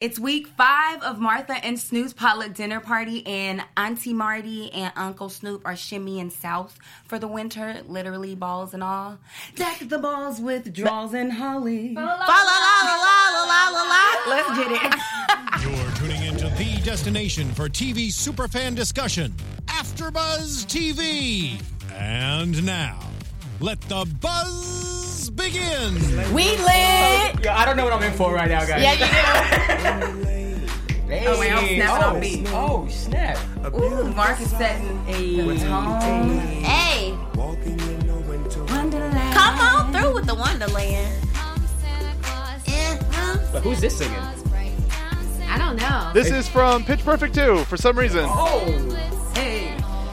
It's week five of Martha and Snoop's potluck dinner party, and Auntie Marty and Uncle Snoop are shimmying south for the winter, literally balls and all. Deck the balls with draws and holly. Fa la la la Let's get la la la la. it. You're tuning into the destination for TV superfan discussion, AfterBuzz TV. And now, let the buzz begin. We lit. Yo, I don't know what I'm in for right now, guys. Yeah, you Oh, wait, I'm snapping oh, on beat. Oh, snap. Ooh, Mark is setting the tone. do. Hey, Wonderland. come on through with the Wonderland. Eh, huh? But who's this singing? I don't know. This is from Pitch Perfect 2 for some reason. Oh, Hey,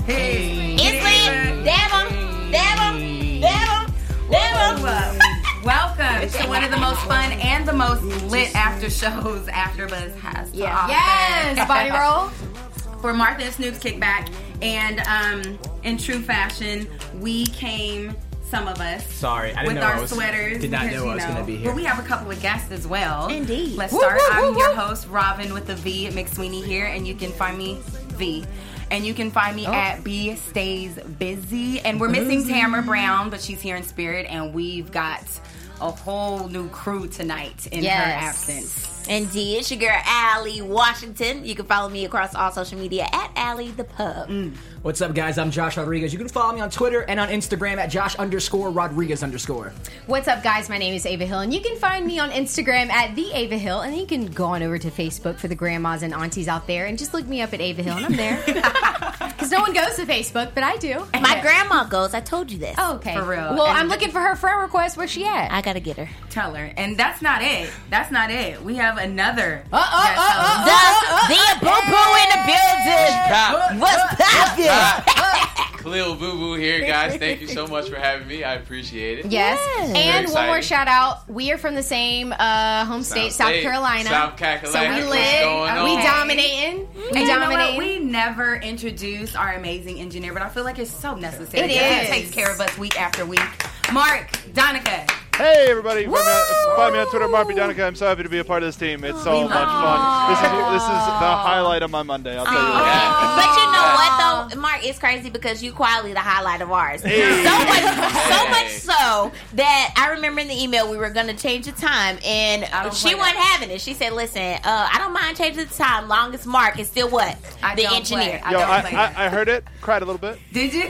hey. It's lit. Dab 'em, dab 'em, dab 'em, dab 'em. Welcome to one of the most fun and the most lit after shows AfterBuzz has to offer. Yes, body roll. for Martha and Snoop's kickback. And um, in true fashion, we came, some of us, sorry. I didn't with know our I was, sweaters. Did not because, know I you was going to be here. But we have a couple of guests as well. Indeed. Let's Woo, start. woo, I'm woo, your woo. host, Robin with a V, McSweeney here, and you can find me V. And you can find me Oh. at B Stays Busy. And we're missing Tamara Brown, but she's here in spirit, and we've got a whole new crew tonight in her absence. Indeed. It's your girl Allie Washington. You can follow me across all social media at Allie the Pub. Mm. What's up, guys? I'm Josh Rodriguez. You can follow me on Twitter and on Instagram at Josh underscore Rodriguez underscore. What's up, guys? My name is Ava Hill, and you can find me on Instagram at the Ava Hill, and you can go on over to Facebook for the grandmas and aunties out there, and just look me up at Ava Hill, and I'm there. Because no one goes to Facebook, but I do. My grandma goes, I told you this. Oh, okay. For real. Well, And- I'm looking for her friend request. Where's she at? I gotta get her. Tell her. And that's not it. That's not it. We have another. Uh, uh, guest uh, host. uh, Uh, The, the boo boo in the building. What's poppin'? Khalil Boo Boo here, guys. Thank you so much for having me. I appreciate it. Yes. Yes. And Very one more exciting. shout out. We are from the same uh, home state, South State, Carolina. South Carolina. So we What's live. going we on? dominating. We And you know what? dominating. We never introduce our amazing engineer, but I feel like it's so necessary. It because is. He takes care of us week after week. Mark Donica. Hey, everybody. Find me, Woo! on, find me on Twitter, Mark B. Donica. I'm so happy to be a part of this team. It's so much fun. This is, this is the highlight of my Monday. I'll tell you what. Yeah. But you know Ah. what though, Mark, it's crazy because you quietly the highlight of ours. Hey. So much, so Hey. much so that I remember in the email we were going to change the time, and I don't she play wasn't that. having it. She said, "Listen, uh, I don't mind changing the time, long as Mark is still what I the don't engineer." play. I Yo, don't I, play I, I heard it, cried a little bit. Did you?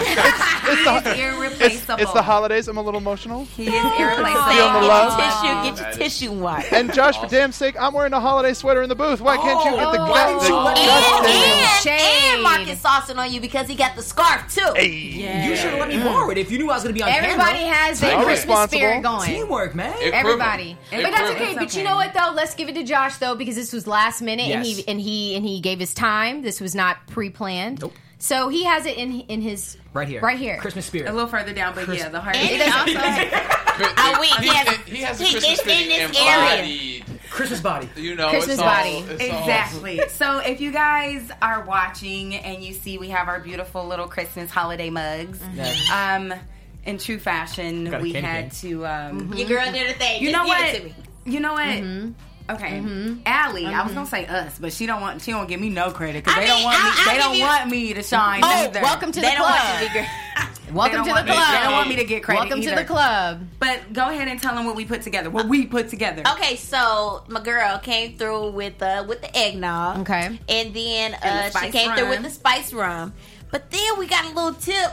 It's He is the, it's, irreplaceable. it's the holidays. I'm a little emotional. He is irreplaceable. Feel the Get love. your tissue, get your That is- tissue, Mark. And, And Josh, for Awesome. damn sake, I'm wearing a holiday sweater in the booth. Why can't you get the Oh, why gut? didn't you let the me gut know? thing? and, Shade. and Mark is saucing on you because he got the scarf too. You should have let me Mm. borrow it if you knew I was going to be on Everybody camera. has their I'm Christmas spirit responsible. going. Teamwork, man. Everybody, Improvement. but that's okay. Improvement. But you okay. know what though? Let's give it to Josh though because this was last minute, and Yes. he and he and he gave his time. This was not pre-planned. Nope. So he has it in in his Right here. Right here. Christmas spirit. A little further down, but yeah, the heart. And he also, But wait, he, he has- he has a he Christmas just in thing this embodied. Christmas body. You know, Christmas it's all, body. It's all- Exactly. So if you guys are watching and you see we have our beautiful little Christmas holiday mugs, Yes. um, in true fashion, Got a we candy had cane. to. Um, your girl did her thing. You Just know give what? It to me. You know what? Okay, Allie. I was gonna say us, but she don't want. She don't give me no credit because I they mean, don't want me. I- I they don't give you- want me to shine. Oh, either. welcome to They the don't want you to club. be great. They Welcome don't to the want me- They don't club. want me to get credit. Welcome to either. the club. But go ahead and tell them what we put together. What we put together. Okay, so my girl came through with uh with the eggnog. Okay. And then And the uh, she spice came through rum. with the spice rum. But then we got a little tip.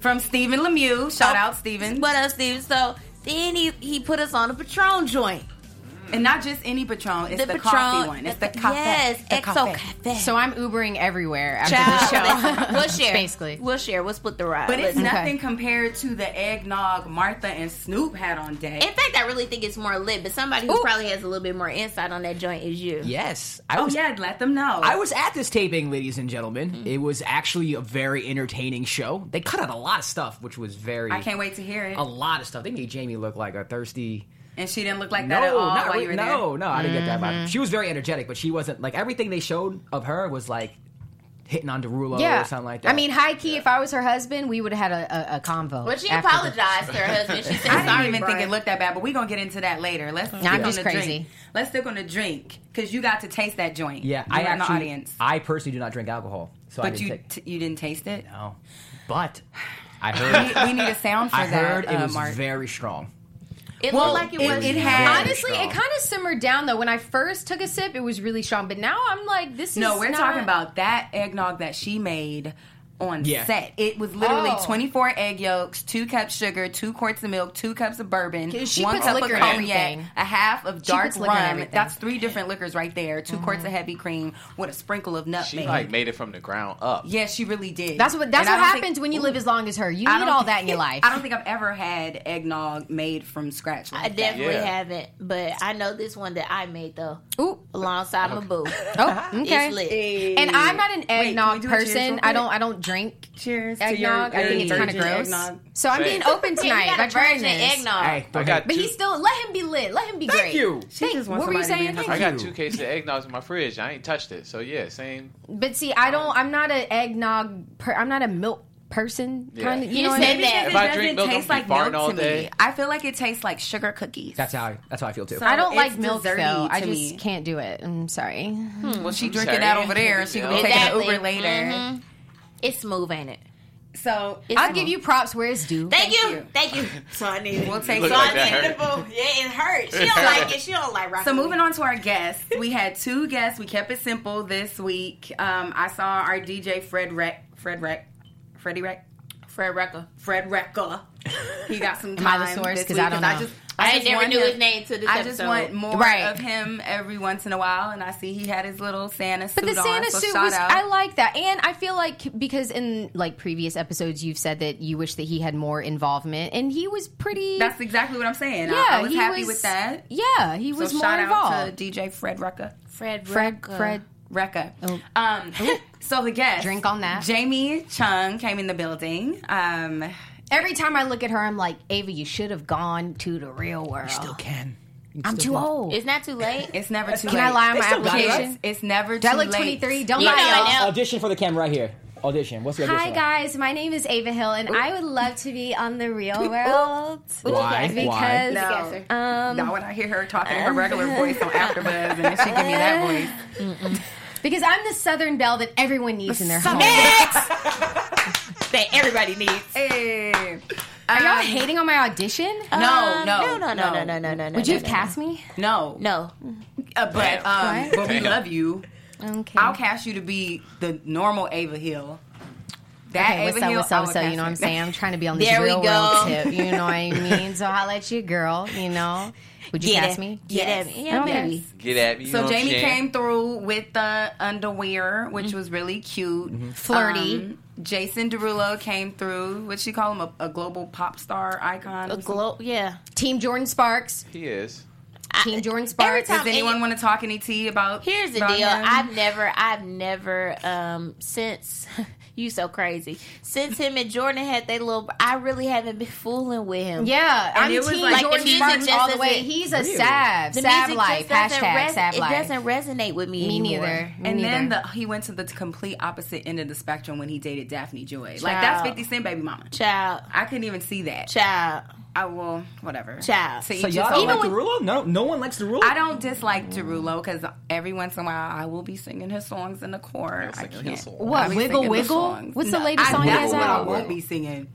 From Stephen Lemieux. Shout Oh, out Stephen. What up, Steven? So then he, he put us on a Patron joint. And not just any Patron. It's the, Patron. coffee one. It's the, coffee. Yes, the XO cafe. Cafe. So I'm Ubering everywhere after Child, this show. listen, we'll share. Basically. We'll share. We'll split the ride. But it's Listen. Okay. nothing compared to the eggnog Martha and Snoop had on deck. In fact, I really think it's more lit, but somebody who Ooh. probably has a little bit more insight on that joint is you. Yes. I oh was yeah, Mm. let them know. I was at this taping, ladies and gentlemen. It was actually a very entertaining show. They cut out a lot of stuff, which was very. I can't wait to hear it. A lot of stuff. They made Jamie look like a thirsty. And she didn't look like No, that at all not while really- you were there. Mm-hmm. no, no. I didn't get that vibe. She was very energetic, but she wasn't like everything they showed of her was like hitting on Derulo yeah. or Oh, something like that. I mean, high key, if I was her husband, we would have had a, a, a convo. But she after the- apologized to her husband. She said, I didn't sorry, even Brian. think it looked that bad, but we're gonna get into that later. Let's stick on just the crazy. drink. Let's stick on the drink because you got to taste that joint. yeah, you I were in actually, the audience, I personally do not drink alcohol, so I but didn't you take. t- you didn't taste it. No, but I We, heard. we need a sound for I that. heard it uh, was Mark. very strong. It Well, looked like it it- was. it had- Honestly, it strong. kind of simmered down though. When I first took a sip, it was really strong, but now I'm like, this is no, we're not- talking about that eggnog that she made on Yeah. set. It was literally Oh. 24 egg yolks, two cups sugar, two quarts of milk, two cups of bourbon, She one puts cup of liquor in cognac, everything. a half of She dark puts liquor in rum. everything. Mm-hmm. That's three different liquors right there. 2 quarts of heavy cream with a sprinkle of nutmeg. She like made it from the ground up. yeah, she really did. That's what that's And I what don't think- happens when you live as long as her. You I need don't all think- that in your life. I don't think I've ever had eggnog made from scratch. I Like that. definitely Yeah. haven't, but I know this one that I made though, Ooh. alongside my boo. Oh, okay. It's lit. And I'm not an can we eggnog do a cheers real person. quick? I don't. I don't drink Cheers. to your eggnog. I think it's kind of virgin gross. eggnog. So I'm being Same. open You tonight. got by a trying virgin this. Oh. eggnog. Hey, I got But two, he still let him be lit. Let him be Thank great. you. She Thank- just wants what were you somebody to saying? be in I her got you. two cases of eggnogs in my fridge. I ain't touched it. So yeah, same. But see, I don't. I'm not an eggnog. Per, I'm not a milk person. Yeah. Kind of. You You know what I said mean? that. It If I doesn't drink milk, I'm taste gonna like be milk farting all to me. day. I feel like it tastes like sugar cookies. That's how I, that's how I feel too. So- I don't It's like milk desserty though. I to just me. can't do it. I'm sorry. Well, she drinking sorry. that over there, and she gonna be taking Exactly. an Uber later. Mm-hmm. Mhm. It's smooth, ain't it? So I'll give you props where it's due. Thank, you. you. Thank you. So I need it. We'll take Look so like I that needed the boo. Yeah, it hurts. She don't like it. She don't like rock. So moving on to our guests, we had two guests. We kept it simple this week. Um, I saw our DJ Fred Reck, Fred Reck, Freddie Reck, Fred Rucker. Fred Recka. He got some Am I time the source? this 'Cause week I don't know. just, I just never want knew him- his name to this I just episode. want more Right. of him every once in a while, and I see he had his little Santa suit But the Santa on. So suit shout was. out. I like that, and I feel like because in like previous episodes, you've said that you wish that he had more involvement, and he was pretty. That's exactly what I'm saying. I- yeah, I, was he happy was- with that. Yeah, he was so more shout out involved. to DJ Fred Recka. Fred. Fred, Rucker. Fred, Recca. Um, so the guest Oh. Drink on that. Jamie Chung came in the building. Um, Every time I look at her, I'm like, Ava, you should have gone to the real world. still can. I'm too old. It's not too late. It's never too Can late. I lie on my They still got it, application? It's, it's never Do I too look late. 23? Don't You know lie, y'all. it now. Audition for the camera right here. Audition. What's the Hi guys, my name is Ava Hill, and I would love to be on the Real World. Why? Because No. Guesser. um, Now when I hear her talking in her regular voice on AfterBuzz, and then she give me that voice. because I'm the Southern Belle that everyone needs in their home. that everybody needs. Hey. Are y'all hating on my audition? No, Um, Oh, no, no, no, no, no, no, no, no. Would you no, have no, cast me? No, No. Uh, but um, What? but we Damn. love you. Okay. I'll cast you to be the normal Ava Hill. That Okay, what's Ava up, Hill, what's I up, would what's up? cast You know what I'm saying? I'm trying to be on this There we real go. world tip. You know what I mean? So holla at you, girl. You know? Would you Get cast at- me? Get Yes. at me. Yeah, Okay. maybe. Get at me. You know So what I'm Jamie saying? came through with the underwear, which was really cute, Mm-hmm. Flirty. Um, Jason Derulo came through. What she call him a, a global pop star icon? A or something? glow. Yeah. Team Jordan Sparks. He is. Team Jordan Sparks. time- Does anyone Any- want to talk any tea about? Here's the deal. about him? I've never, I've never, um, since you so crazy, since him and Jordan had their little, I really haven't been fooling with him. Yeah, And I'm it was team like- Like, Jordan the music Sparks just all the way. doesn't- He's a Sav. The Sav music just life. doesn't Hashtag res- Sav It life. doesn't resonate with me. Me anymore. neither. Me and neither. then the, he went to the complete opposite end of the spectrum when he dated Daphne Joy. Like that's Child. Fifty Cent baby mama. Child, I couldn't even see that. child, I will, whatever. Child. To each So his y'all own. don't like Derulo? No, no one likes Derulo. I don't dislike Derulo because every once in a while I will be singing his songs in the core. I Singing can't. his song. what? I'll be Wiggle singing the Wiggle? songs. What's the No, latest I song he never has will. I out? won't be singing.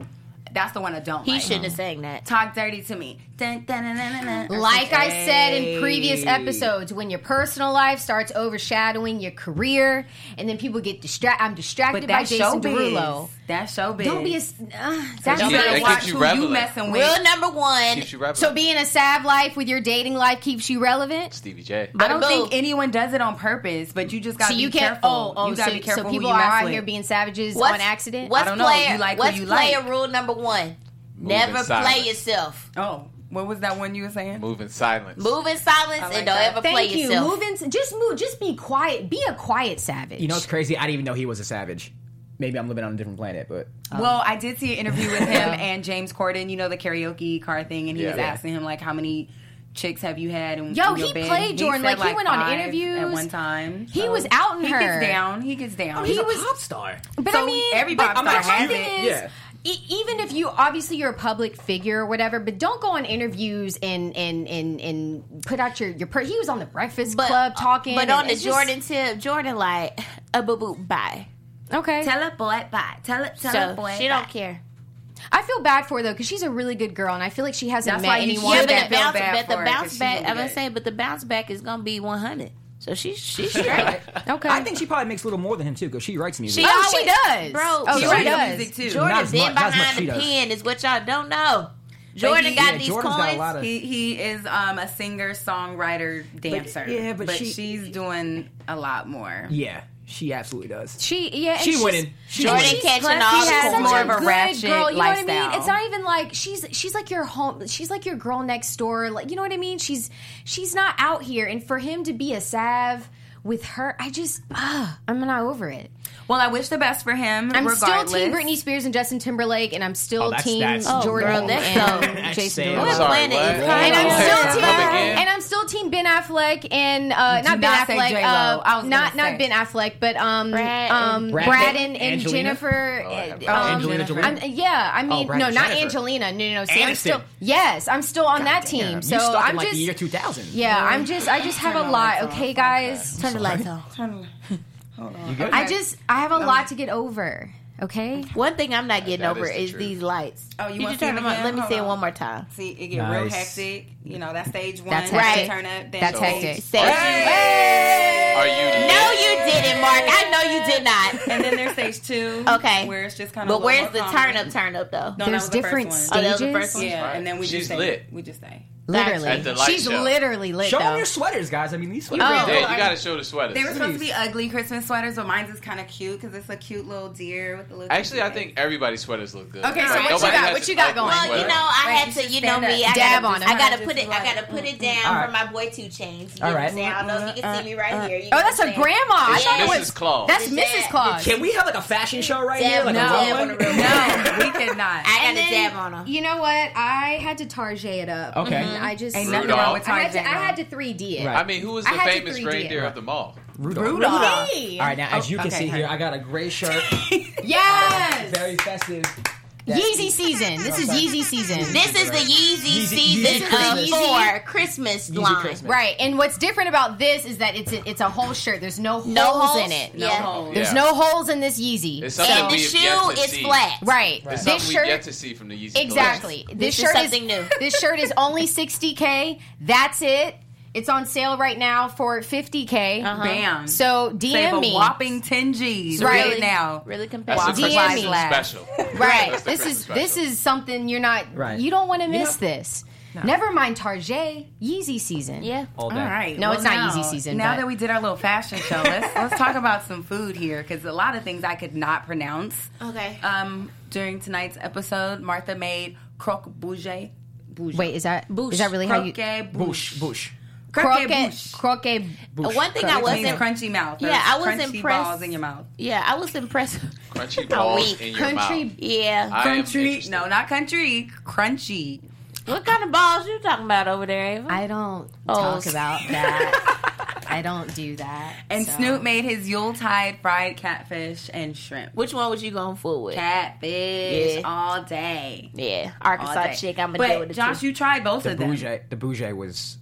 That's the one I don't he like. shouldn't have sang that. Talk dirty to me. Dun, dun, dun, dun, dun, dun. Like I said in previous episodes, when your personal life starts overshadowing your career, and then people get distracted. I'm distracted But by that's Jason showbiz. Derulo. That's showbiz. Don't be a. s- Uh, that's You Don't be- better That not keeps watch you who you relevant. messing with. Real number one. Keeps you rapping. so being a Sav life with your dating life keeps you relevant. Stevie J. I don't Bada think boom. anyone does it on purpose, but you just gotta So you be can't. careful. Oh, oh, you gotta so, be careful so who people you are mess out with. here being savages What's- on accident. What's I don't know. player? You like who what's you like. player rule number one? Move in Never play silence. yourself. oh, what was that one you were saying? Move in silence. Move in silence I like and don't that. ever play Thank you. yourself. Move in. Just move. Just be quiet. Be a quiet savage. You know, it's crazy. I didn't even know he was a savage. Maybe I'm living on a different planet, but Um, Well, I did see an interview with him and James Corden, you know, the karaoke car thing, and he Yeah. was asking him, like, how many chicks have you had? In, Yo, in your he bed? played Jordan. said, Like, he went on five interviews. at one time. He so- was outing He her. gets down. He gets down. he He's a was- pop star. But So I mean, every but, pop but my star has thing it. is, Yeah. e- even if you obviously you're a public figure or whatever, but don't go on interviews and and and and put out your your. Per- he was on the Breakfast Club talking, But and on the it's just- Jordan tip, Jordan like a boo boo bye. okay. Tell a boy bye. Tell it. Tell a So boy she bye. don't care. I feel bad for her though because she's a really good girl, and I feel like she hasn't That's met why you anyone. should Yeah, Well, that but the feel bounce, bad but for her the 'cause bounce she back. didn't I'm gonna get it. say, but the bounce back is gonna be 100. So she's she's straight. okay, I think she probably makes a little more than him too, because she writes music. She Oh, she always- does. bro. Oh, He she writes does. music too. Jordan Not as been much- not as much behind she the does. pen is what y'all don't know. Jordan he- got yeah, these Jordan's coins. got a lot of. He he is um, a singer, songwriter, dancer. yeah, but she- she's doing a lot more. yeah, she absolutely does. she yeah, and She she's- winning. She Jordan winning. catching plus all he the has Such coins. more a of a good ratchet girl, you know what I lifestyle. mean? It's not even like she's she's like your home. She's like your girl next door. Like you know what I mean? She's she's not out here, and for him to be a sav with her, I just ah, I'm not over it. Well, I wish the best for him. I'm still regardless. team Britney Spears and Justin Timberlake, and I'm still Oh, that's- team that's- Oh, Jordan girl, that's and so- Jason. That's Derulo. I'm sorry, planet what? is And I'm Oh, still okay. team, Come again? and I'm still team Ben Affleck and uh, not Ben not say Affleck, J-Lo. uh, I was not gonna not say. Ben Affleck, but um, Brad um, and- Brad Brad and and, and Angelina? Jennifer. Oh, I uh, have- um, Angelina Jolie? I'm- yeah, I mean, Brad no, and not Jennifer. Angelina. No, no, no. So I'm Aniston. still yes, I'm still on that team. Damn, so you stuck I'm in like just the year 2000. yeah, I'm just I just have a lot. Okay, guys, Turn the lights on. Oh. I just I have a lot to get over. Okay, One thing I'm not getting That over is the is truth. these lights. Oh, you Could wanna you see turn them them on? again? Let me Hold see it on. one more time. See, it get real Nice. hectic. You know, that's stage one. That's right. hectic. Turn up. Then That's stage hectic. Say- Are you? No, you didn't, Mark. I know you did not. And then there's stage two. Okay. Where it's just kind of. But where's the turn up? Turn up though. No, that was there's the different first stages. one. Oh, that was the first one? Yeah, Right. and then we She's just say, lit. We just say. literally, At the light she's show. literally lit Show though. them your sweaters, guys. I mean, these sweaters. Yeah, Oh. you gotta show the sweaters. They were supposed to be ugly Christmas sweaters, but mine's is kind of cute because it's a cute little deer with a little. Actually, I think everybody's sweaters look good. Okay, so Like, what you nobody got? has What you an got ugly going? Well, you sweater. know, I Right, had you to, should you know stand me. up. I Dab gotta, on it. I gotta Just put it. I let gotta it- put it down All right. for my boy Two Chains. You All know what right. I'm saying? I don't know if you can see me right here. You know Oh, that's what her I'm grandma. saying? I It's thought it Mrs. was Claus. That's It's Mrs. that- Claus. Can we have like a fashion show right Damn, here? Like no. a real one? No, we could not. I gotta And then, dab on her. You know what? I had to target it up. Okay. And I just Ain't nothing nothing Rudolph. wrong with I had to, I Tarzan. had to 3D it. Right. I mean, who was I the had to famous 3D reindeer it. at the mall? Rudolph. Rudolph. Me. All right, now as you can okay, see hey. here, I got a gray shirt, Yes. very festive. Yeezy season. This is Yeezy season. This is the Yeezy, Yeezy- season Yeezy of Christmas. four Christmas Yeezy line. Christmas. Right, and what's different about this is that it's a, it's a whole shirt. There's no holes, No holes? in it. No Yeah. holes. Oh. There's Yeah. no holes in this Yeezy. It's something And the we have yet shoe to is see. flat. right, It's this something we've yet shirt to see from the Yeezy. exactly. This, This is shirt something new. This shirt is only 60k. That's it. It's on sale right now for 50k. Um, Bam. Uh-huh. So DM Save a me. whopping ten G's Right. right, now. Really That's competitive. a Wow. Christmas DM me. special. Right. That's the this Christmas is this special. is something you're not. Right. You don't want to You miss know- this. Never mind Tarjay. Yeezy season. Yeah. All day. All right. No, it's not now- Yeezy season, Now but- that we did our little fashion show, let's let's talk about some food here because a lot of things I could not pronounce. Okay. Um, during tonight's episode, Martha made croque bouge. bouge. Wait, is that Boosh. is that really how you croque Bush, bouge? Bush. Croque croquet? bouge. Croquet. One thing I Which means wasn't. crunchy mouth. Yeah, Those I was crunchy impressed. Balls in your mouth. Yeah, I was impressed. crunchy weak. balls in your Country- mouth. Yeah. I am Country. interested. No, not country. Crunchy. What kind of balls you talking about over there, Ava? I don't Oh, talk s- about that. I don't do that. And so. Snoop made his Yuletide fried catfish and shrimp. Which one was you going for with? Catfish Yeah. all day. Yeah, All Arkansas day. chick. I'm gonna but deal with it. Josh, too. you tried both The of them. bouge, the bouge was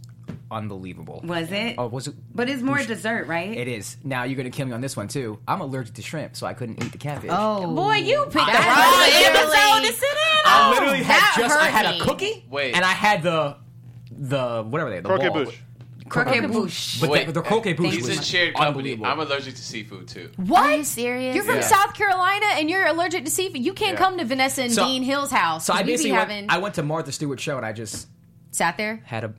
unbelievable. Was it? Oh, was it? But it's more dessert, right? It is. Now you're gonna kill me on this one too. I'm allergic to shrimp, so I couldn't eat the catfish. Oh boy, you picked the wrong That episode really- to sit in. Ah, Oh. I literally that had just I hurt had me. a cookie, Wait. and I had the the whatever they the Croquet ball. bush. Croquet bouche. But the, the croquet bouche He's in was shared company. unbelievable. I'm allergic to seafood too. What? Are you serious? You're from Yeah. South Carolina and you're allergic to seafood. You can't Yeah. come to Vanessa and So- Dean Hill's house. so I 'cause we basically be went, having I went to Martha Stewart's show and I just sat there. had a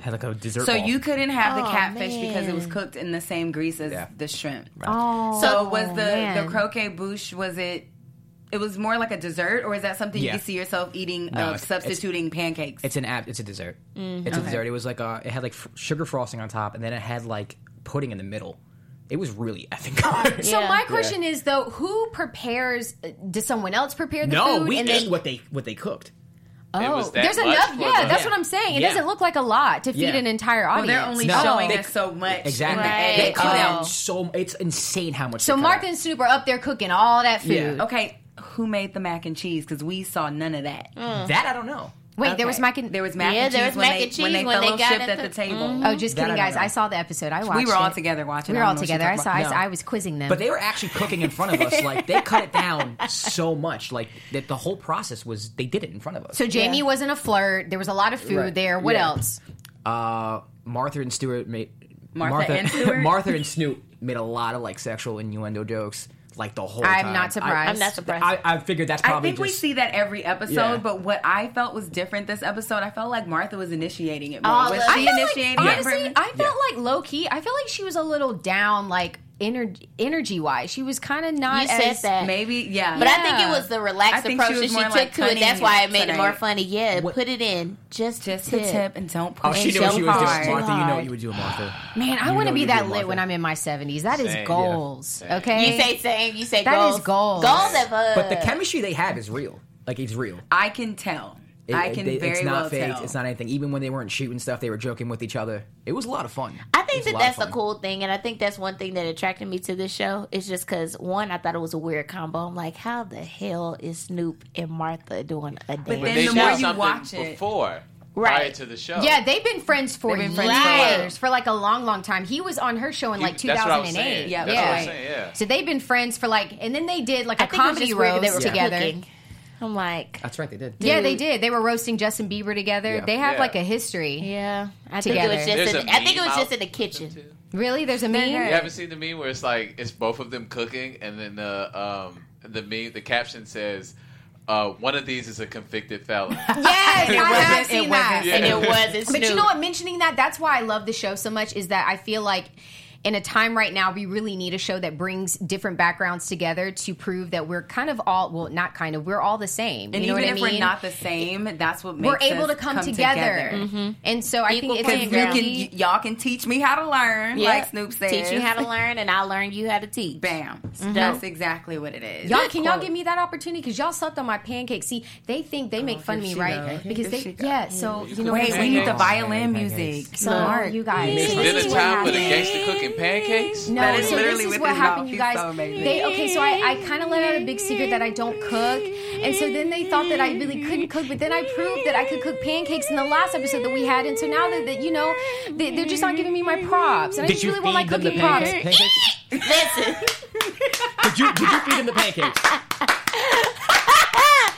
had like a dessert. So ball. you couldn't have the Oh, catfish because it was man. cooked in the same grease as Yeah. the shrimp. Oh, So was the man. the croquet bouche? Was it? It was more like a dessert, or is that something Yeah. you could see yourself eating? of No, it's- substituting pancakes. It's an app. It's a dessert. Mm, It's a dessert. It was like a, it had like f- sugar frosting on top, and then it had like pudding in the middle. It was really effing good. So Yeah. my question is though, who prepares? uh, Does someone else prepare the no, food? we and ate then- what they what they cooked. It Oh, was that there's much enough. for Yeah, the- that's what I'm saying. It Yeah. doesn't look like a lot to feed Yeah. an entire Well, audience. they're only No. showing They- us so much. Exactly. in the Right. They edit. cut Oh. out so. It's insane how much. so they cut Martha out. and Snoop are up there cooking all that food. Yeah. Okay, who made the mac and cheese? Because we saw none of that. that I don't know. Uh, Wait, there Okay. was mac and there was mac Yeah, and cheese there was when mac they, and when they cheese when they got fellowshipped at at the the- table. Oh, just That I kidding, don't guys. know. I saw the episode. I watched. We were all it. together watching. We were I all don't know what together. I she's saw. talking I, about. saw I was quizzing them. But they were actually cooking in front of us. Like they cut it down so much. Like that the whole process was they did it in front of us. so Jamie wasn't a flirt. There was a lot of food Right. there. What Yeah. else? uh, Martha and Stewart made Martha and Stewart? Martha and Snoop made a lot of like sexual innuendo jokes like the whole I'm time. not surprised. I'm not surprised. I, I, I figured that's I probably think we just- see that every episode, Yeah. but what I felt was different this episode, I felt like Martha was initiating it more. All was of she it. I felt initiating Oh, like, it? honestly, I felt like low key. I feel like she was a little down, like energy energy wise. She was kind of not. You said as, that. Maybe, yeah. But I think it was the I relaxed think approach she that was she more took like to it. That's cunning why it made it more tonight. funny. Yeah, What- put it in. Just, just tip. a tip and don't push. Oh, she And knew what so she was hard. doing. Martha, you know what you were doing, Martha. Man, I You want know to be you do, that Martha. lit when I'm in my 70s. That is Same. goals. Yeah. Okay. You say same. You say That goals. is goals. Goals of us. But the chemistry they have is real. Like it's real. I can tell. It- I can they- very it's not well faked. tell. It's not anything. Even when they weren't shooting stuff, they were joking with each other. It was a lot of fun. I It think was that lot of that's a fun. cool thing, and I think that's one thing that attracted me to this show. Is just because one, I thought it was a weird combo. I'm like, how the hell is Snoop and Martha doing a damn then they the did more you something watch it- before, prior Right. to the show. Yeah, they've been friends for They've been years, friends for- for like a long, long time. He was on her show in You- like that's what I was 2008. saying. Yeah, that's yeah. what I was saying. Yeah. So they've been friends for like, and then they did like a I think it was comedy just weird roast that they were together. cooking. I'm like, That's right, they did. Yeah, they did. They were roasting Justin Bieber together. Yeah. They have Mm. Yeah. like a history. yeah. I think Together. it was There's just. a In, I think it meme was just out- in the kitchen. Really? There's a meme. You haven't seen the meme where it's like it's both of them cooking, and then the um the meme the caption says, uh, "One of these is a convicted felon." Yes, I have wasn't- it seen that. And Yeah. it was. It's But you Snoop. know what? Mentioning that, that's why I love the show so much. Is that I feel like in a time right now, we really need a show that brings different backgrounds together to prove that we're kind of all well, not kind of, we're all the same. and you know even what I if mean? we're not the same, that's what makes we're able us to come, together, Mm-hmm. and so I Equal think playing it's You ground. really can, y- y'all can teach me how to learn, Yeah. like Snoop says. Teach you how to learn, and I'll learn you how to teach. Bam. Dope. That's exactly what it is. Mm-hmm. Y'all, can y'all quote. give me that opportunity? Because y'all slept on my pancakes. See, they think they make fun of Oh, here me, she right? go. Because Here she they, go. yeah. So you know, Wait, what I'm we need the saying? violin music. So Mark. you guys, It's dinner time with a gangster cooking pancakes. No, That is so literally this what is what this happened, mouth you is guys. so amazing. they okay, so I, I kind of let out a big secret that I don't cook, and so then they thought that I really couldn't cook, but then I proved that I could cook pancakes in the last episode that we had, and so now that, that you know, they, they're just not giving me my props, and I Did just you really feed want my them the cooking props. pancake- pancakes? Listen, Did you did you feed them the pancakes?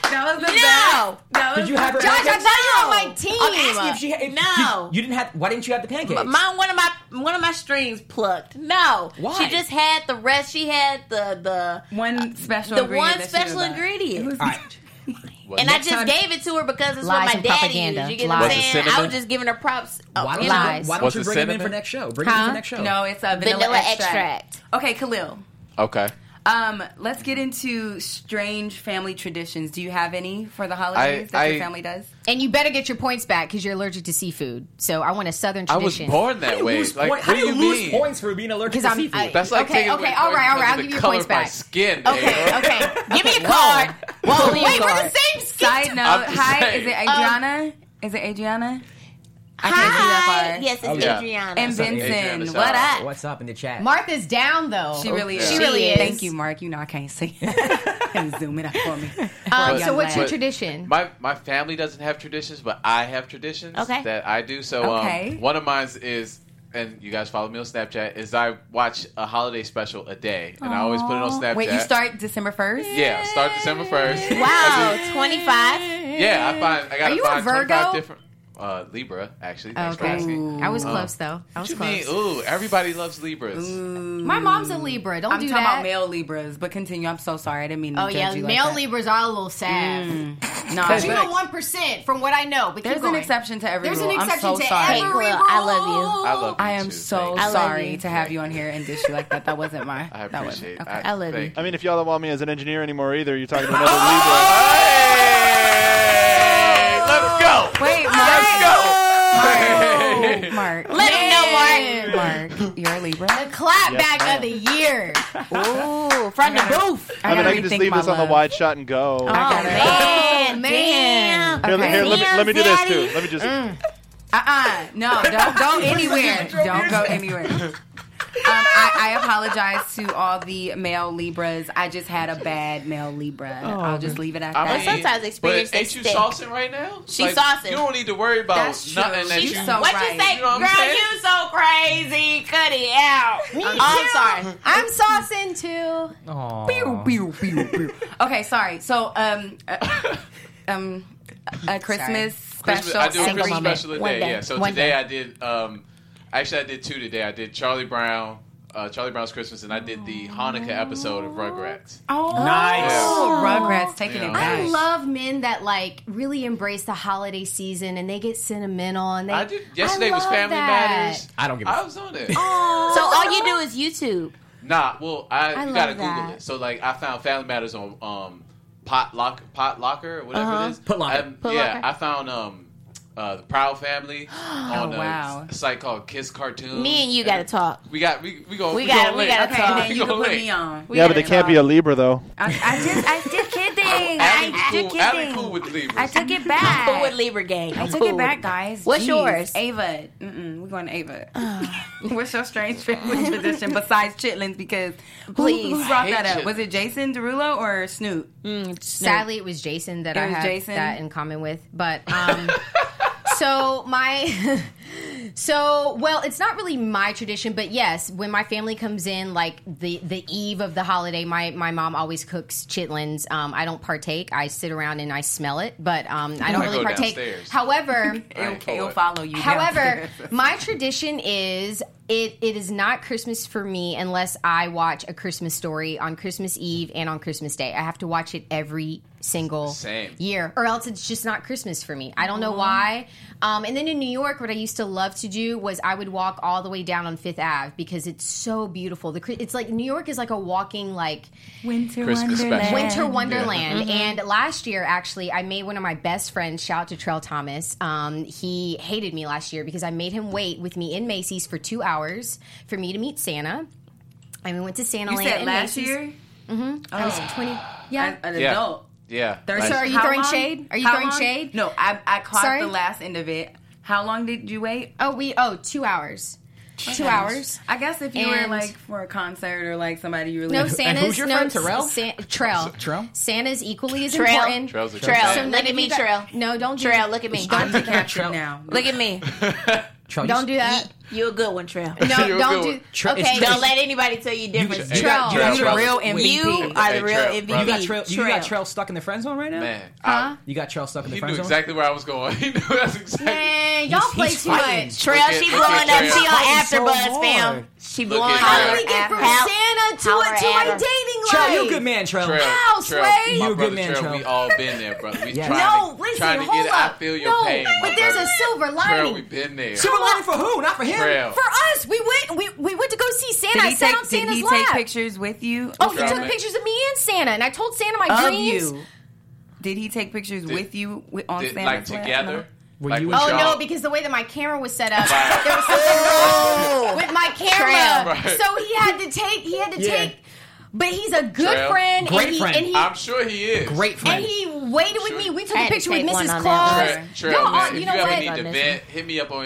That was the No. best. That was Did you have her Josh, I pancakes? thought you were on my team. I'm asking If she had- if No. you, you didn't have. Why didn't you have the pancakes? my one of my one of my strings plucked. No, Why? she just had the rest. She had the the uh, one special the ingredient one that she was special like, ingredient. "Who's All right. And I Next just time- gave it to her because it's what Lies my and daddy propaganda. used. You get what I'm Lies. Was it saying? I was cinnamon? just giving her props. Oh, Why don't, you you, know, lies. why don't Was you it bring them in cinnamon? for next show? Bring them Huh? in for next show. No, it's a vanilla, vanilla extract. extract. Okay, Khalil. Okay. Um, let's get into strange family traditions. Do you have any for the holidays that your I- family does? And you better get your points back because you're allergic to seafood. So I want a southern I was tradition. born that You way. lose like, point- what how do you lose mean? points for being allergic 'Cause to I'm- seafood? I- That's like Okay, taking okay, away all points right, all because right, of I'll the give you color points of my back. skin, Okay, nigga. okay. Give me a Card. card. Whoa, Wait, we're the card. same skin. Side note, I'm just hi, saying. is Um, it Adriana? is it Adriana? I can't see that Hi. far. Yes, it's Oh, yeah. Adriana. And Adriana Vincent, Shaw. what up? What's up in the chat? Martha's down though. She really is. She really is. Thank you, Mark. You know I can't see. Can you zoom it up for me. Um, But- so what's your but- tradition? My my family doesn't have traditions, but I have traditions Okay. that I do. So Okay. um, one of mine is, and you guys follow me on Snapchat, is I watch a holiday special a day, and I always put it on Snapchat. Wait, you start December first? Yeah, start December first. Oh, wow, twenty five. Yeah, I find I gotta Are you a find Virgo? 25 different uh, Libra actually. Thanks for Okay. asking. I was close though. I Uh, What was you close. mean? Ooh, everybody loves Libras. My mom's a Libra. Don't I'm do talking that. about male Libras, but continue. I'm so sorry. I didn't mean to oh judge yeah, you male like Libras are a little sad. Mm. that. No, You know one percent from what I know. But there's keep an going. exception to every There's rule. an I'm exception so to sorry. every Hey, rule. Glenn, I love you. I love. I you am too. so Thank you. love sorry you. to have you on here and dish you like that. That wasn't my. I that wasn't- appreciate. okay. I, I love you. thank I mean, if y'all don't want me as an engineer anymore either, you're talking to another Libra. Hey, let's go. Wait, Mark. Let's go. Mark. Let him know, Mark. back. Mark, you're a Libra. Clap Yes, back of the year. Ooh, from the booth. I mean, gotta I can just rethink leave my this on the love. wide shot and go. I Oh gotta- man, man. damn. Here, okay. here, let me let me do this too. Let me just. Uh-uh. No, don't go anywhere. don't go anywhere. Um, I, I apologize to all the male Libras. I just had a bad male Libra. Oh, I'll just leave it at I But that. mean, sometimes experience But ain't is you thick. saucing right now? She saucing. You don't need to worry about That's true. nothing that She's you. so what right. you say, You know what I'm girl? saying? You so crazy. Cut it out. Me I'm sorry. I'm saucing too. Aw. Pew, pew, pew, pew. Okay, sorry. So, um, uh, um, a Christmas Christmas- special. I do a single Christmas moment. special One today. day. Yeah. So One today day. I did. Um, actually, I did two today. I did Charlie Brown, uh, Charlie Brown's Christmas, and I did the Hanukkah episode of Rugrats. Oh, Nice. Rugrats taking it Yeah. back. I Nice. love men that like really embrace the holiday season and they get sentimental and they. I did. Yesterday was love Family that. Matters. I don't give a I f- was on it. So all you do is YouTube. Nah, well, I, I you gotta love Google that. it. So like, I found Family Matters on um, Pot Lock, Pot Locker, or whatever it is. Put Locker. Um, Put yeah, Locker. I found um, uh, the Proud Family on Oh, wow. a site called Kiss Cartoons. Me and you gotta talk. We got we we go We gotta- we gotta got Okay, talk. then you can put me on. We Yeah, but gotta they can't be talk. a Libra though. I, I did. I did kidding. Abby I did cool, Abby kidding. cool with the Libras. I took it Cool with back. Libra gang. I I'm took cool it with back, guys. What's Jeez. yours? Ava. Mm-mm, we're going to Ava. What's your strange family tradition besides chitlins? Because who- Please. who brought I that hate up? Was it Jason Derulo or Snoop? Sadly, it was Jason that It I was had Jason. that in common with. But um, so my, so well, it's not really my tradition, but yes, when my family comes in, like the the eve of the holiday, my my mom always cooks chitlins. Um, I don't partake. I sit around and I smell it, but um, Oh I don't might really go partake. downstairs. However. Okay, for he'll it. follow you. However, downstairs. my tradition is it, it is not Christmas for me unless I watch a Christmas story on Christmas Eve and on Christmas Day. I have to watch it every single Same. year, or else it's just not Christmas for me. I don't know why. Um, and then in New York, what I used to love to do was I would walk all the way down on Fifth Ave because it's so beautiful. The Chri- it's like New York is like a walking like Winter Christmas special. Wonderland. Winter Wonderland. And last year, actually, I made one of my best friends, shout out to Trell Thomas. Um, he hated me last year because I made him wait with me in Macy's for two hours for me to meet Santa. And we went to Santa You Land. said in last Macy's. year? I was 20. As Yeah. an Yeah. adult. Yeah. Thirty- like- So are you How throwing long? shade? Are you How throwing long? shade? No, I, I caught Sorry? the last end of it. How long did you wait? Oh, we, oh, two hours. Two hours. I guess if you were And- like for a concert or like somebody you really No, who's Santa's. your no, friend, Terrell? San- Trell. Trell? Santa's equally as Trell. important. Trell's a Trail, So look none at of me, you got- Trail. No, don't do Trail, look at me. I'm the captain Trout- now. Look at me. Trout, you Don't s- do that. You a good one, Trail. No, You're a don't good do. one. Tra- it's okay, tra- Don't let anybody tell you different. Hey, Hey, Trail. got- Trail, Trail, Trail. real Wait, MVP. You are the Hey, real Trail, MVP. You got trail. You got Trail. trail stuck in the friend zone right now. man, I, You got trail stuck in the he friend knew zone. exactly where I was going. He knew that's exactly. man, y'all He's- play he's too fighting. much. Trail, Look at- she look at blowing up. Trail. She on Fighting after so Buzz, fam. hard. She Look blowing at How do Trail. we get up. from How- Santa to, holler to my at her. dating life? Trail, you a good man, Trail. Trail, Ow, Trail, Sway. my You a brother good man, Trail, Trail. We all been there, brother. We Yes. trying, No, to, listen, trying to hold get. up. I feel your no, pain, my but there's brother. a silver Trail, lining. we been there. Silver lining for who? Not for him. Trail. For us, we went we, we went to go see Santa. Did I he sat take, on did Santa's he lap. take pictures with you? oh, he Trail, took man. pictures of me and Santa, and I told Santa my of dreams. you. Did he take pictures with you wi- on Did- Santa's like lap? together. Were Like you- with Oh y'all? no, because the way that my camera was set up, Right. there was something wrong with my camera. Right. So he had to take he had to Yeah. take but he's a good Trail. friend Great and he friend. and he I'm sure he is. Great friend. and he waited with Sure. me. We took I a had to picture with take one Mrs. on that Claus. one. Trail, Trail, Y'all man. all- if uh, you you know ever what? need to Goodness. vent, hit me up on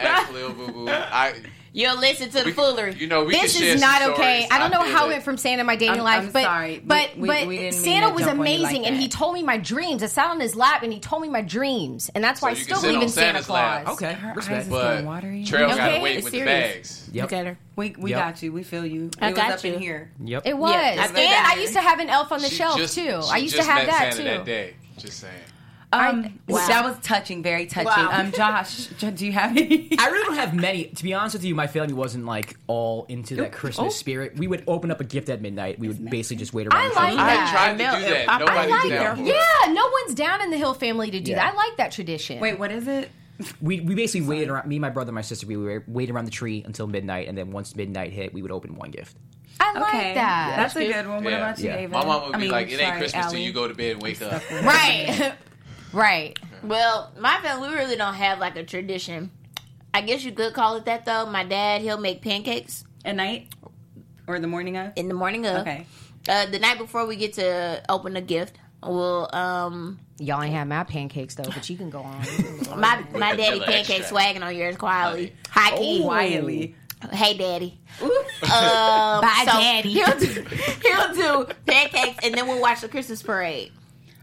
at Khalil Boo Boo. I You'll listen to the We- foolery. You know, we this can share is some not okay. stories. I don't know feel how it. it went from Santa my dating I'm- life, I'm but sorry. We- but we- but we didn't mean Santa to was jump on you like amazing, and that. he told me my dreams. I sat on his lap, and he told me my dreams, and that's why So you I can still sit believe on in Santa Santa's lap. Claus. Okay, Her eyes respect. is- But watery. Trail gotta Okay, wait it's with the serious. bags. Yep. Look at her. We, we Yep. got you. We feel you. I it got was up you. in here. Yep. It was, I and feel that. I used to have an elf on the She shelf just- too. she I used to just have met that Santa too. that day. Just saying. Um, Wow. That was touching. Very touching. Wow. Um, Josh, do you have any? I really don't have many. To be honest with you, my family wasn't like all into that Christmas oh. spirit. We would open up a gift at midnight. We would basically just wait around. I for like them. I Yeah. tried to Milk, do that. I Nobody like did that. for us. Yeah, no one's down in the Hill family to do Yeah. that. I like that tradition. Wait, what is it? We, we basically waited around. Me, my brother, and my sister. We were waiting around the tree until midnight, and then once midnight hit, we would open one gift. I like that. That's a good one. What Yeah. about you, Yeah. David? My mom would be I mean, like, "It ain't sorry, Christmas till Allie. you go to bed and wake up." Right, right. Well, my family, we really don't have like a tradition. I guess you could call it that though. My dad, he'll make pancakes At night or the morning of? in the morning of. Okay. Uh, the night before we get to open the gift, we'll um Y'all ain't had my pancakes though, but you can go on. my my the daddy vanilla pancake extract. swagging on yours quietly, high Oh. key. Quietly. Hey, daddy. Um, Bye, so Daddy. He'll do, he'll do pancakes, and then we'll watch the Christmas parade.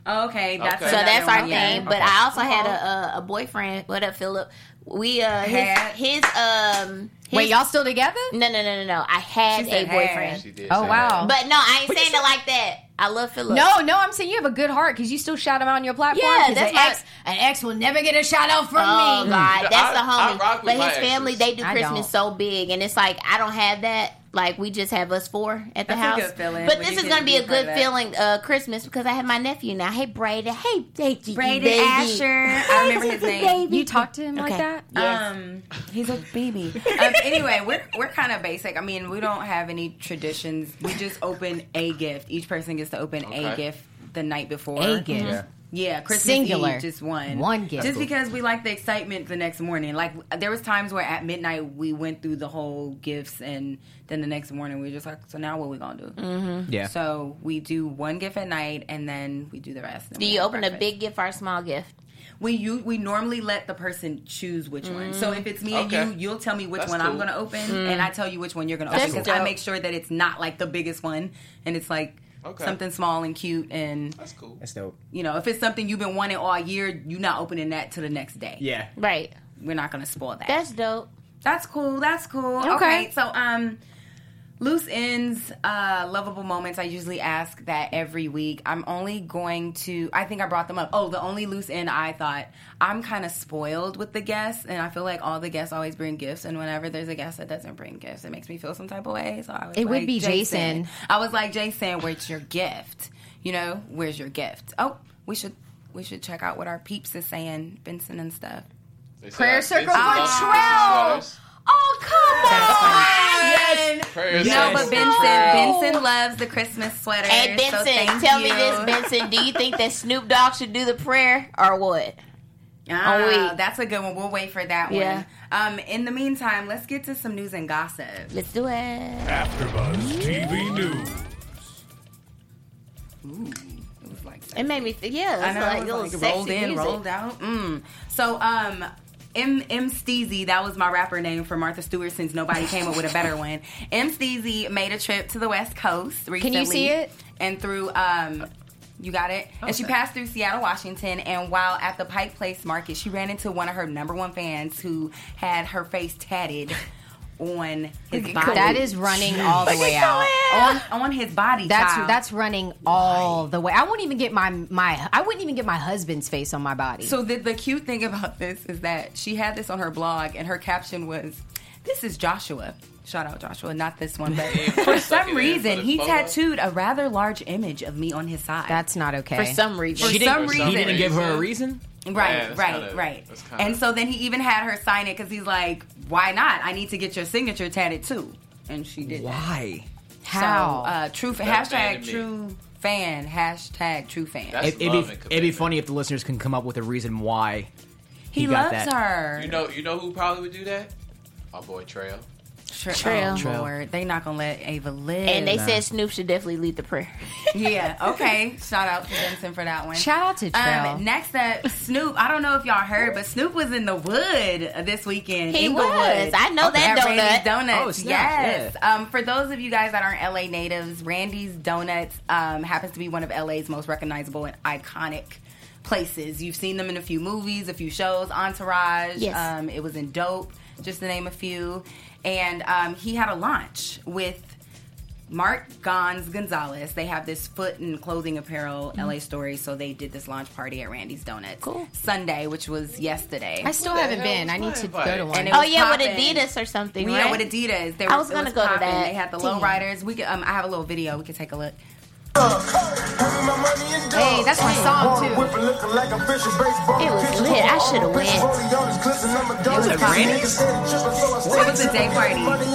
Okay, that's Okay. So another that's our one, yeah. thing. But I also had a, a, a boyfriend. What up, Philip? We uh Had. his, his um his, Wait, y'all still together? no no no no no. I had She a said boyfriend, She did. Oh, say wow. but no, I ain't saying it like that. I love Philip. No, no, I'm saying you have a good heart because you still shout him out on your platform. Yeah, 'cause that's an my- ex. Um, An ex will never get a shout out from Oh me. God, You know, that's Mm. I- I the homie. rock with but my his family, exes. they do I Christmas so big, and it's like I don't have that. Like we just have us four at That's a the house. good feeling but when this you is get gonna to be be a a part good of that. feeling uh, Christmas because I have my nephew now. Hey Brady, hey hey Gigi, Braden baby. Asher. I remember his name. You talk to him like Okay. that? Yes. Um, he's a baby. um, anyway, we're we're kind of basic. I mean, we don't have any traditions. We just open a gift. Each person gets to open a Okay. gift the night before. A gift. Yeah. Yeah, Christmas Singular. Eve, just one. One gift. Just because we like the excitement the next morning. Like there was times where at midnight we went through the whole gifts, and then the next morning we were just like, so now what we gonna do? Mm-hmm. Yeah. So we do one gift at night, and then we do the rest. Do you open a big gift or a small gift? We you we normally let the person choose which one. So if it's me Okay. and you, you'll tell me which That's one I'm cool. going to open, and I tell you which one you're going to Mm-hmm. That's open because cool. I make sure that it's not like the biggest one, and it's like Okay. something small and cute, and That's cool. That's dope. you know if it's something you've been wanting all year, you're not opening that till the next day. Yeah. Right. we're not going to spoil that. That's dope. That's cool. That's cool. Okay. Okay. so, um, loose ends, uh, lovable moments. I usually ask that every week. I'm only going to. I think I brought them up. Oh, the only loose end I thought I'm kind of spoiled with the guests, and I feel like all the guests always bring gifts. And whenever there's a guest that doesn't bring gifts, it makes me feel some type of way. So I was. It would like, be Jason. I was like, Jason, where's your gift? You know, where's your gift? Oh, we should. We should check out what our peeps is saying, Benson and stuff. They said Prayer I- they circle said for love Trell. Christmas sweaters. Oh, come Yes. No, Prayer circle but for Benson, Trell. Benson loves the Christmas sweater. Hey so Benson, thank tell me you. this, Benson. Do you think that Snoop Dogg should do the prayer or what? Ah, Oh, wait. that's a good one. We'll wait for that Yeah. one. Um, in the meantime, let's get to some news and gossip. Let's do it. AfterBuzz TV News. It was like It made me feel yeah. I It's know, like, it little was like sexy rolled in, music. rolled out. Mm. So, um, M M Steezy, that was my rapper name for Martha Stewart since nobody came up with a better one. M Steezy made a trip to the West Coast recently. see it? And through um. You got it? and she passed through Seattle, Washington, and while at the Pike Place Market, she ran into one of her number one fans who had her face tatted on his body. on. That is running all the way out. Oh, on, on his body. That's child. that's running all the way. I won't even get my my. I wouldn't even get my husband's face on my body. So the, the cute thing about this is that she had this on her blog, and her caption was, "This is Joshua." Shout out Joshua, not this one, but for suck it some in reason for the he photo. tattooed a rather large image of me on his side. that's not okay. For some reason, For He some didn't, reason. he didn't give her a reason. right, Yeah, that's right, kinda- right. that's kinda- And so then he even had her sign it because he's like, "Why not? I need to get your signature tatted too." And she did. that. Why? How? So, uh, true That hashtag fan to me. true fan hashtag true fan. That's It, it'd, love be, and it'd be commitment. funny if the listeners can come up with a reason why. he, got loves that. her. You know, you know who probably would do that? Our boy Trail. Tra- Trail. Oh, Trail. Lord, they not gonna let Ava live. and they said Snoop should definitely lead the prayer. Yeah. Okay. Shout out to Benson for that one. Shout out to Trail. Um, next up, Snoop. I don't know if y'all heard, but Snoop was in the wood this weekend. He Inglewood. was. I know that At Randy's donut. Donuts. Oh, snap, yes. Um, for those of you guys that aren't LA natives, Randy's Donuts um, happens to be one of LA's most recognizable and iconic places. You've seen them in a few movies, a few shows, Entourage. Yes. Um, it was in Dope, just to name a few. And um, he had a launch with Mark Gons Gonzalez. They have this foot and clothing apparel LA story, so they did this launch party at Randy's Donuts Mm-hmm. Cool. Sunday, which was yesterday. I still What the haven't hell been. was I need to go my to invite? one. And it Oh was yeah, poppin'. with Adidas or something, We right? know with Adidas. They I were- was it gonna go to poppin'. that. They had the Damn. low riders. We could, um, I have a little video. We could take a look. Hey, that's my song too. It was lit. I should have went. It was poppin'. It was a day party.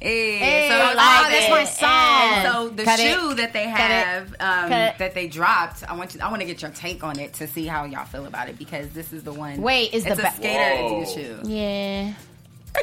Hey, so oh, like that's it. my song. Yes. So the Cut it. shoe that they it. have um, Cut it. that they dropped, I want you, I want to get your take on it to see how y'all feel about it because this is the one. Wait, is it's the a ba- skater Whoa. shoe? Yeah.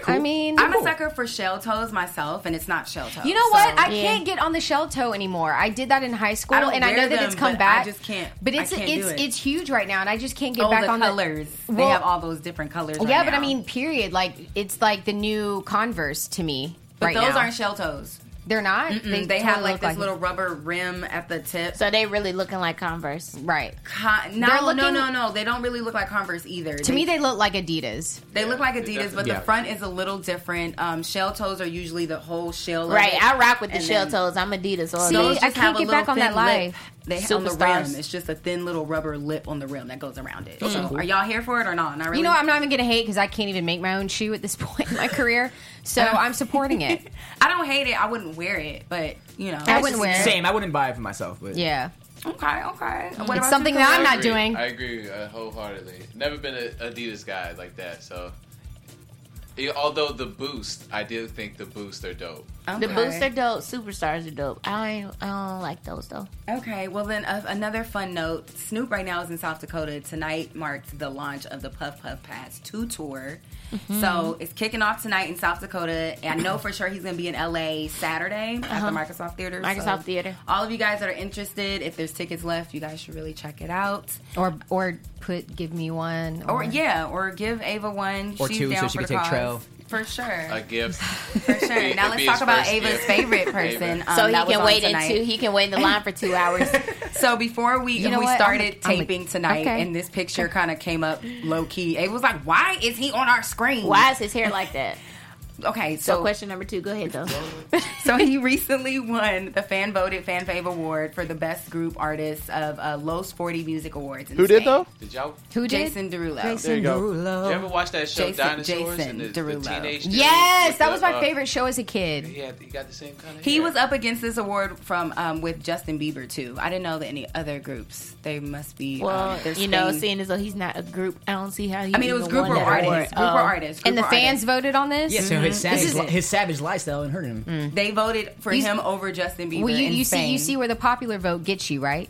I mean, I'm a sucker for shell toes myself, and it's not shell toes. You know what? So- I can't get on the shell toe anymore. I did that in high school, I don't and I know wear that it's them, come but I back. just can't- But I it's can't do it's it. it's huge right now, and I just can't get oh, back the on colors. the. they Well, have all those different colors. yeah, right but I now. mean, period. Like it's like the new Converse to me. but right those now. aren't shell toes. They're not. They, they have totally like look this it. little rubber rim at the tip. So they really looking like Converse. right. Con- no, They're no, looking- no, no. They don't really look like Converse either. To me, they look like Adidas. They look like Adidas, but Yeah. the front is a little different. Um, shell toes are usually the whole shell. of Right. it. I rock with the And shell then toes. I'm Adidas all See, day. Those I just can't have a get little back on that thin lip. life. They on the Superstars. rim. It's just a thin little rubber lip on the rim that goes around it. So, are y'all here for it or not? Not really. You know, I'm not even gonna hate because I can't even make my own shoe at this point in my career. So I'm supporting it. I don't hate it. I wouldn't wear it, but you know, I wouldn't wear it. Same. I wouldn't buy it for myself, but Yeah, Okay, okay. What it's about something you, that I'm Khalid? not agree. doing. I agree uh, wholeheartedly. Never been an Adidas guy like that. So, Yeah, although the Boost, I did think the Boost are dope. the Okay. boots are dope. Superstars are dope. I ain't, I don't like those though. Okay, well then uh, another fun note. Snoop right now is in South Dakota. Tonight marked the launch of the Puff Puff Pass 2 tour. Mm-hmm. So it's kicking off tonight in South Dakota. And I know for sure he's going to be in LA Saturday at the Microsoft Theater. Uh-huh. Microsoft So Theater. All of you guys that are interested, if there's tickets left, you guys should really check it out. or or put give me one. Or yeah, or give Ava one. Or She's two, so down she for can the take cause. Trell. For sure. A gift. for sure. Now it'd let's be talk his about first Ava's gift. favorite person. um, So that was he can on wait tonight. into he can wait in the line for two hours. So before we know we what? started I'm a- I'm a- taping tonight, okay. and this picture kind of came up low key. It was like, why is he on our screen? Why is his hair like that? Okay, So, so um, question number two. Go ahead though. so he recently won the fan voted fan fave award for the best group artist of uh, Los 40 Music Awards. in Who Spain. did though? Did y'all? Who did? Jason Derulo. There you go. You ever watch that show Jason- Dinosaurs Jason and the, the Derulo. teenage? dude Yes, with that the, was my uh, favorite show as a kid. He, had, he got the same kind of. He hair. was up against this award from um, with Justin Bieber too. I didn't know that any other groups. They must be. Well, um, they're you know, Spain- seeing as though he's not a group, I don't see how he. I mean, it was even group won or that artist. award. Group Oh. or artist. Um, And the group or artist. fans voted on this. Yeah, so his savage, is- li- his savage lifestyle and hurt him. They voted for You- him over Justin Bieber. Well, you, in you see, Spain. you see where the popular vote gets you, right?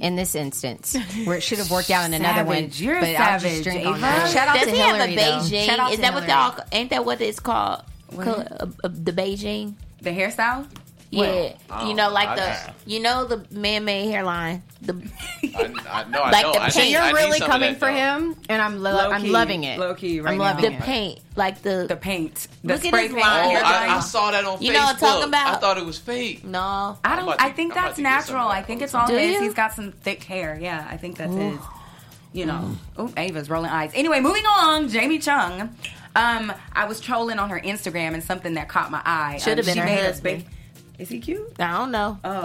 In this instance, where it should have worked out in another one, Savage. You're but I'll just savage, drink Ava. on that. Shout out Does to he Hillary, have a though. Beijing? Shout out Is to that what Hillary. they all? Ain't that what it's called? Called, uh, uh, the Beijing. the hairstyle. Yeah, you know, like the I- you know the man-made hairline. The I, I, no, I Like know. the I paint. need, You're I need really some of coming that, for though. him, and I'm lo- Low I'm key, loving it. low key right I'm now. loving the it. paint, like the, the paint, the Look at spray his paint. line. Oh, You're I, I right. saw that on Facebook. You know what I'm talking about? I thought it was fake. no. I I'm don't. about to- I think I'm that's about to get some natural. of that. I think it's all Do his. you? He's got some thick hair. Yeah, I think that's his. You know. Oh, Ava's rolling eyes. Anyway, moving along. Jamie Chung. Um, I was trolling on her Instagram and something that caught my eye. Should've Um, been she her made a husband. big- Is he cute? I don't know.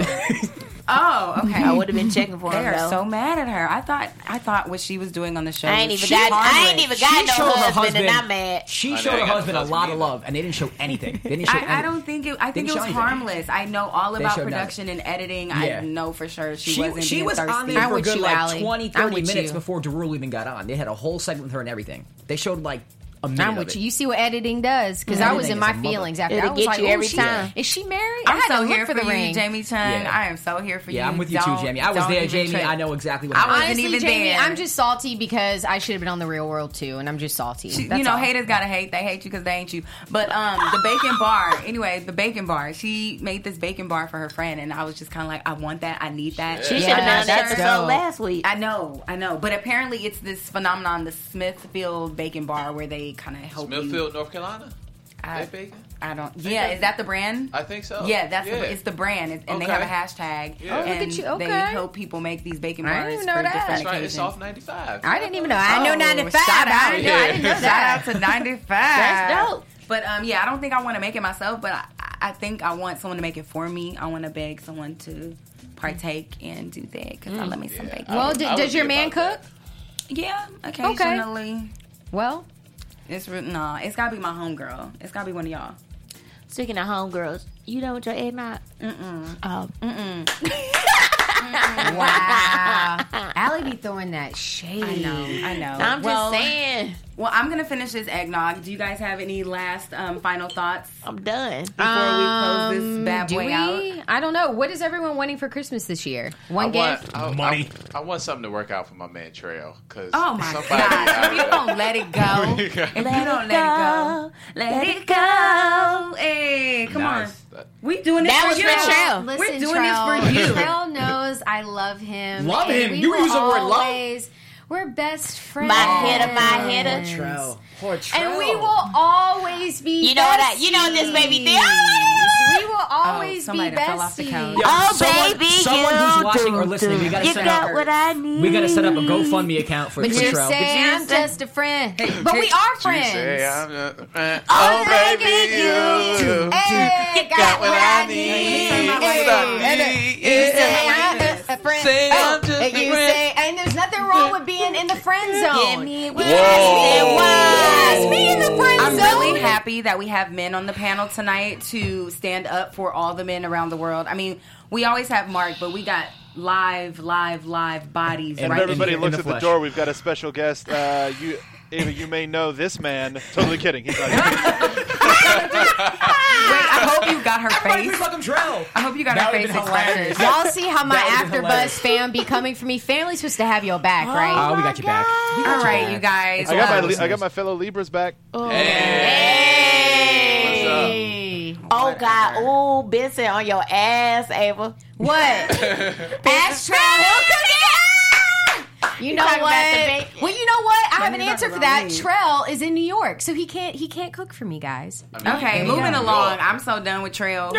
Oh. oh, okay. I would have been checking for They him are though. so mad at her. I thought. I thought what she was doing on the show. I ain't was even got. I ain't harmless. even got She no showed her husband, husband. and I'm mad. She I showed know, her I got husband a those lot of neither. love, and they didn't show anything. They didn't show I, I anything. don't think it. I think Didn't it was show anything. harmless. I know all They about showed nothing. production and editing. Yeah. I know for sure she, She, wasn't. she being was thirsty. on there I'm for a with good you, like Allie. 20, I'm 30 with minutes you. before Derulo even got on. They had a whole segment with her and everything. They showed like a minute I'm of with it. you. You see what editing does? Because I was Editing in is my a mother. feelings after. It'll I was get like, you oh, every she- time. Is she married? I I'm had to so look here for the you, ring. Jamie Chung. Yeah. I am so here for you. Yeah, I'm with you too, Don't- Jamie. I was don't there, even Jamie. trip. I know exactly what I happened. wasn't Honestly, even Jamie, there. I'm just salty because I should have been on the Real World too, and I'm just salty. That's you know, all. haters gotta hate. They hate you because they ain't you. But um, the bacon bar. Anyway, the bacon bar. She made this bacon bar for her friend, and I was just kind of like, I want that. I need that. She Yeah, should have been on the that's episode dope. last week. I know, I know, but apparently it's this phenomenon, the Smithfield Bacon Bar, where they kind of help you- Millfield, North Carolina. Mm-hmm. I- They bacon? I don't. Yeah, is that the brand? I think so. Yeah, that's The, it's the brand, it's, and they have a Oh, Okay. hashtag. Yeah. Oh, look and at you. They Okay. help people make these bacon I bars didn't even know for that. different That's right. It's occasions. off 95. I didn't even know. I know Oh, 95. shout out. I didn't know. I didn't know Shout that. out to 95. That's dope. But um, yeah, I don't think I want to make it myself, but I, I think I want someone to make it for me. I want to beg someone to partake and do that because I love me some bacon. Well, would- d- I would does be your man about cook? that. yeah, occasionally. Well, It's re- nah. It's gotta be my homegirl. It's gotta be one of y'all. Speaking of homegirls, you know what your egg not? Mm-mm. Oh, wow. Allie be throwing that shade. I know, I know. I'm Oh, well, just saying, Well, I'm gonna finish this eggnog. Do you guys have any last um, final thoughts before I'm done. Um, we close this bad Do boy we? out? I don't know. What is everyone wanting for Christmas this year? I One gift. want, I, I- Money. I, want something to work out for my man Trail. Cause Oh my somebody god! out If you of- don't let it go, if you don't let it go, let it go. Hey, come Nice. on. We doing this That for was you. for Trell. Listen, We're doing Trell, this for you. Trell knows I love him. Love and him? We You will use the word love? always- We're best friends. hitter, my hitter. Trell. And we will always be. You know what I- you know what this besties. baby did? Oh, We will always be somebody fell off the couch. Yeah. besties. Oh, someone, baby, someone you who's watching do, or listening, we gotta You set got up. what I need. we gotta set up a GoFundMe account for But you Trail. say I'm say- just a friend. But we are friends. Say I'm the- Oh, oh, baby, baby, you Hey, got what I need. Stop Hey, me. You say I'm just a friend. Say Oh, I'm just a you friend. say, and there's nothing wrong with being in the friend Give zone. me Whoa. Yes, me in the friend I'm zone. really happy that we have men on the panel tonight to stand up for all the men around the world. I mean, we always have Mark, but we got live, live, live bodies And If right everybody here. in the looks at the flesh. door, we've got a special guest. Uh, you, Ava, you may know this man. Totally kidding. He's not here. Wait, I hope you got her face. fucking Trail. I hope you got That her would've face been expression. hilarious. Y'all see how my That would've been AfterBuzz hilarious. fam be coming for me? Family's supposed to have your back, Oh, right? we got you back. We got All right, back. you guys. I got my Um, li- I got my fellow Libras back. Hey. Hey. Oh God! Oh, Benson on your ass, Ava. What? Ash Trail Hill cookie. You know talking about the what? bacon. Well, you know what? I have Don't an you talk answer for about that. me. Trell is in New York, so he can't he can't cook for me, guys. I mean, Okay, you- moving you- along. I'm so done with Trail.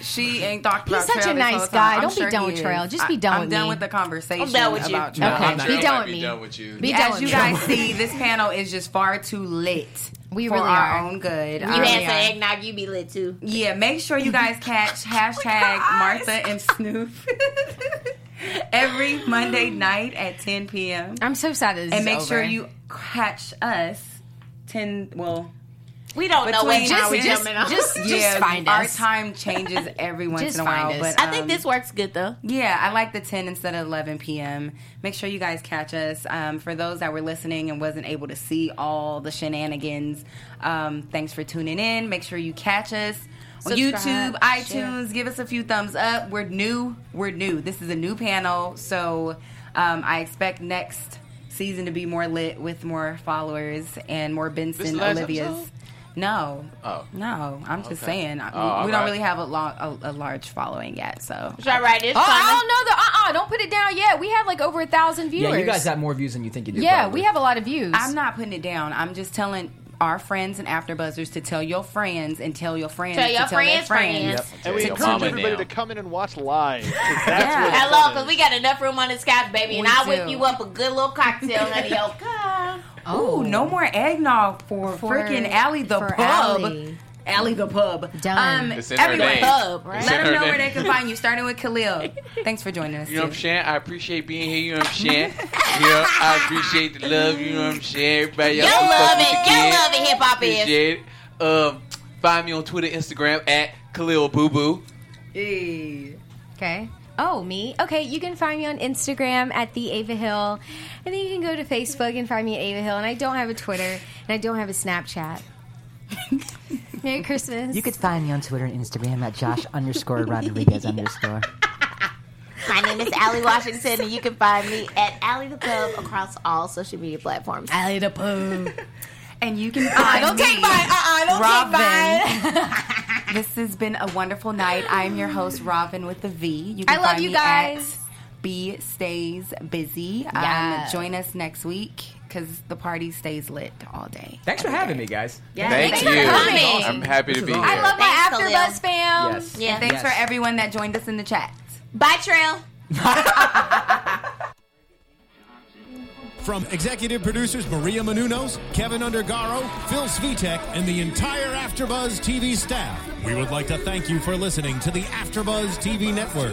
She ain't talked He's about such Trail a this nice whole time. guy. I'm Don't be sure done he with Trail. is. Just be done I'm with done me. with the conversation I'm done with you. about No, Trail. I'm not. Trail Be done might with me. Be done with you. Be done As with you me. guys see, this panel is just far too lit. We for really our are. own good. You Um, had yeah. some eggnog, you be lit too. yeah, make sure you guys catch Oh hashtag Martha and Snoop every Monday night at 10 p.m. I'm so sad that this And is make sure over. you catch us 10. Well, We don't know what Between- time just we just coming on. just, just yeah, find our us. time changes every once Just in a while. find us. But I think um, this works good though. Yeah, I like the 10 instead of 11 p.m. Make sure you guys catch us. Um, for those that were listening and wasn't able to see all the shenanigans, um, thanks for tuning in. Make sure you catch us on YouTube, Subscribe, iTunes. Give us a few thumbs up. We're new. We're new. This is a new panel, so um, I expect next season to be more lit with more followers and more This Benson the last Olivia's. episode? No, Oh. no. I'm just Okay. saying I- Oh, all we don't right. really have a, long, a, a large following yet. So It's all right. It's Oh, I coming. don't know though. Uh uh-uh, uh, do not put it down yet. We have like over a thousand viewers. Yeah, you guys got more views than you think you do. Yeah, probably. we have a lot of views. I'm not putting it down. I'm just telling our friends and afterbuzzers to tell your friends and tell your friends Tell to your tell their friends, friends. And we Tell encourage mama everybody now. to come in and watch live. 'cause That's Yeah. where the Hello, fun because is. we got enough room on this couch, baby, and We I'll do. whip you up a good little cocktail, honey. Oh, God. Oh. Ooh, no more eggnog for, For- freaking Allie the for pub. Allie. Allie. the pub. Um, Done. It's in her everyone, name. Pub, right? It's let in them her know where they name. can find you. Starting with Khalil. Thanks for joining us. You know what I'm too. saying? I appreciate being here. You know what I'm saying? you know, I appreciate the love. You know what I'm saying? Everybody, Y'all else who love fuck it. with the Y'all kid. love it, hip hop is. Appreciate it. Um, find me on Twitter, Instagram at Khalil Boo Boo. Hey. Okay. Oh, me? Okay, you can find me on Instagram at the Ava Hill. And then you can go to Facebook and find me at Ava Hill. And I don't have a Twitter and I don't have a Snapchat. Merry Christmas. You could find me on Twitter and Instagram at Josh underscore Rodriguez underscore. My name is Allie Washington, and you can find me at Allie the Pub across all social media platforms. Alley the poo. And you can find don't me, take mine. Uh-uh, Robin. don't take this has been a wonderful night. I'm your host, Robin with the V. You I love find you me guys. At B stays busy. Yeah. Um, join us next week because the party stays lit all day. Thanks for having me, guys. Thank for you. coming. I'm happy to be here. awesome. I love Thanks, my Khalil. AfterBuzz fam. Yes. Yeah. Thanks for Yes. everyone that joined us in the chat. Bye, Trail. From executive producers Maria Manunos, Kevin Undergaro, Phil Svitek, and the entire AfterBuzz TV staff, we would like to thank you for listening to the AfterBuzz TV network.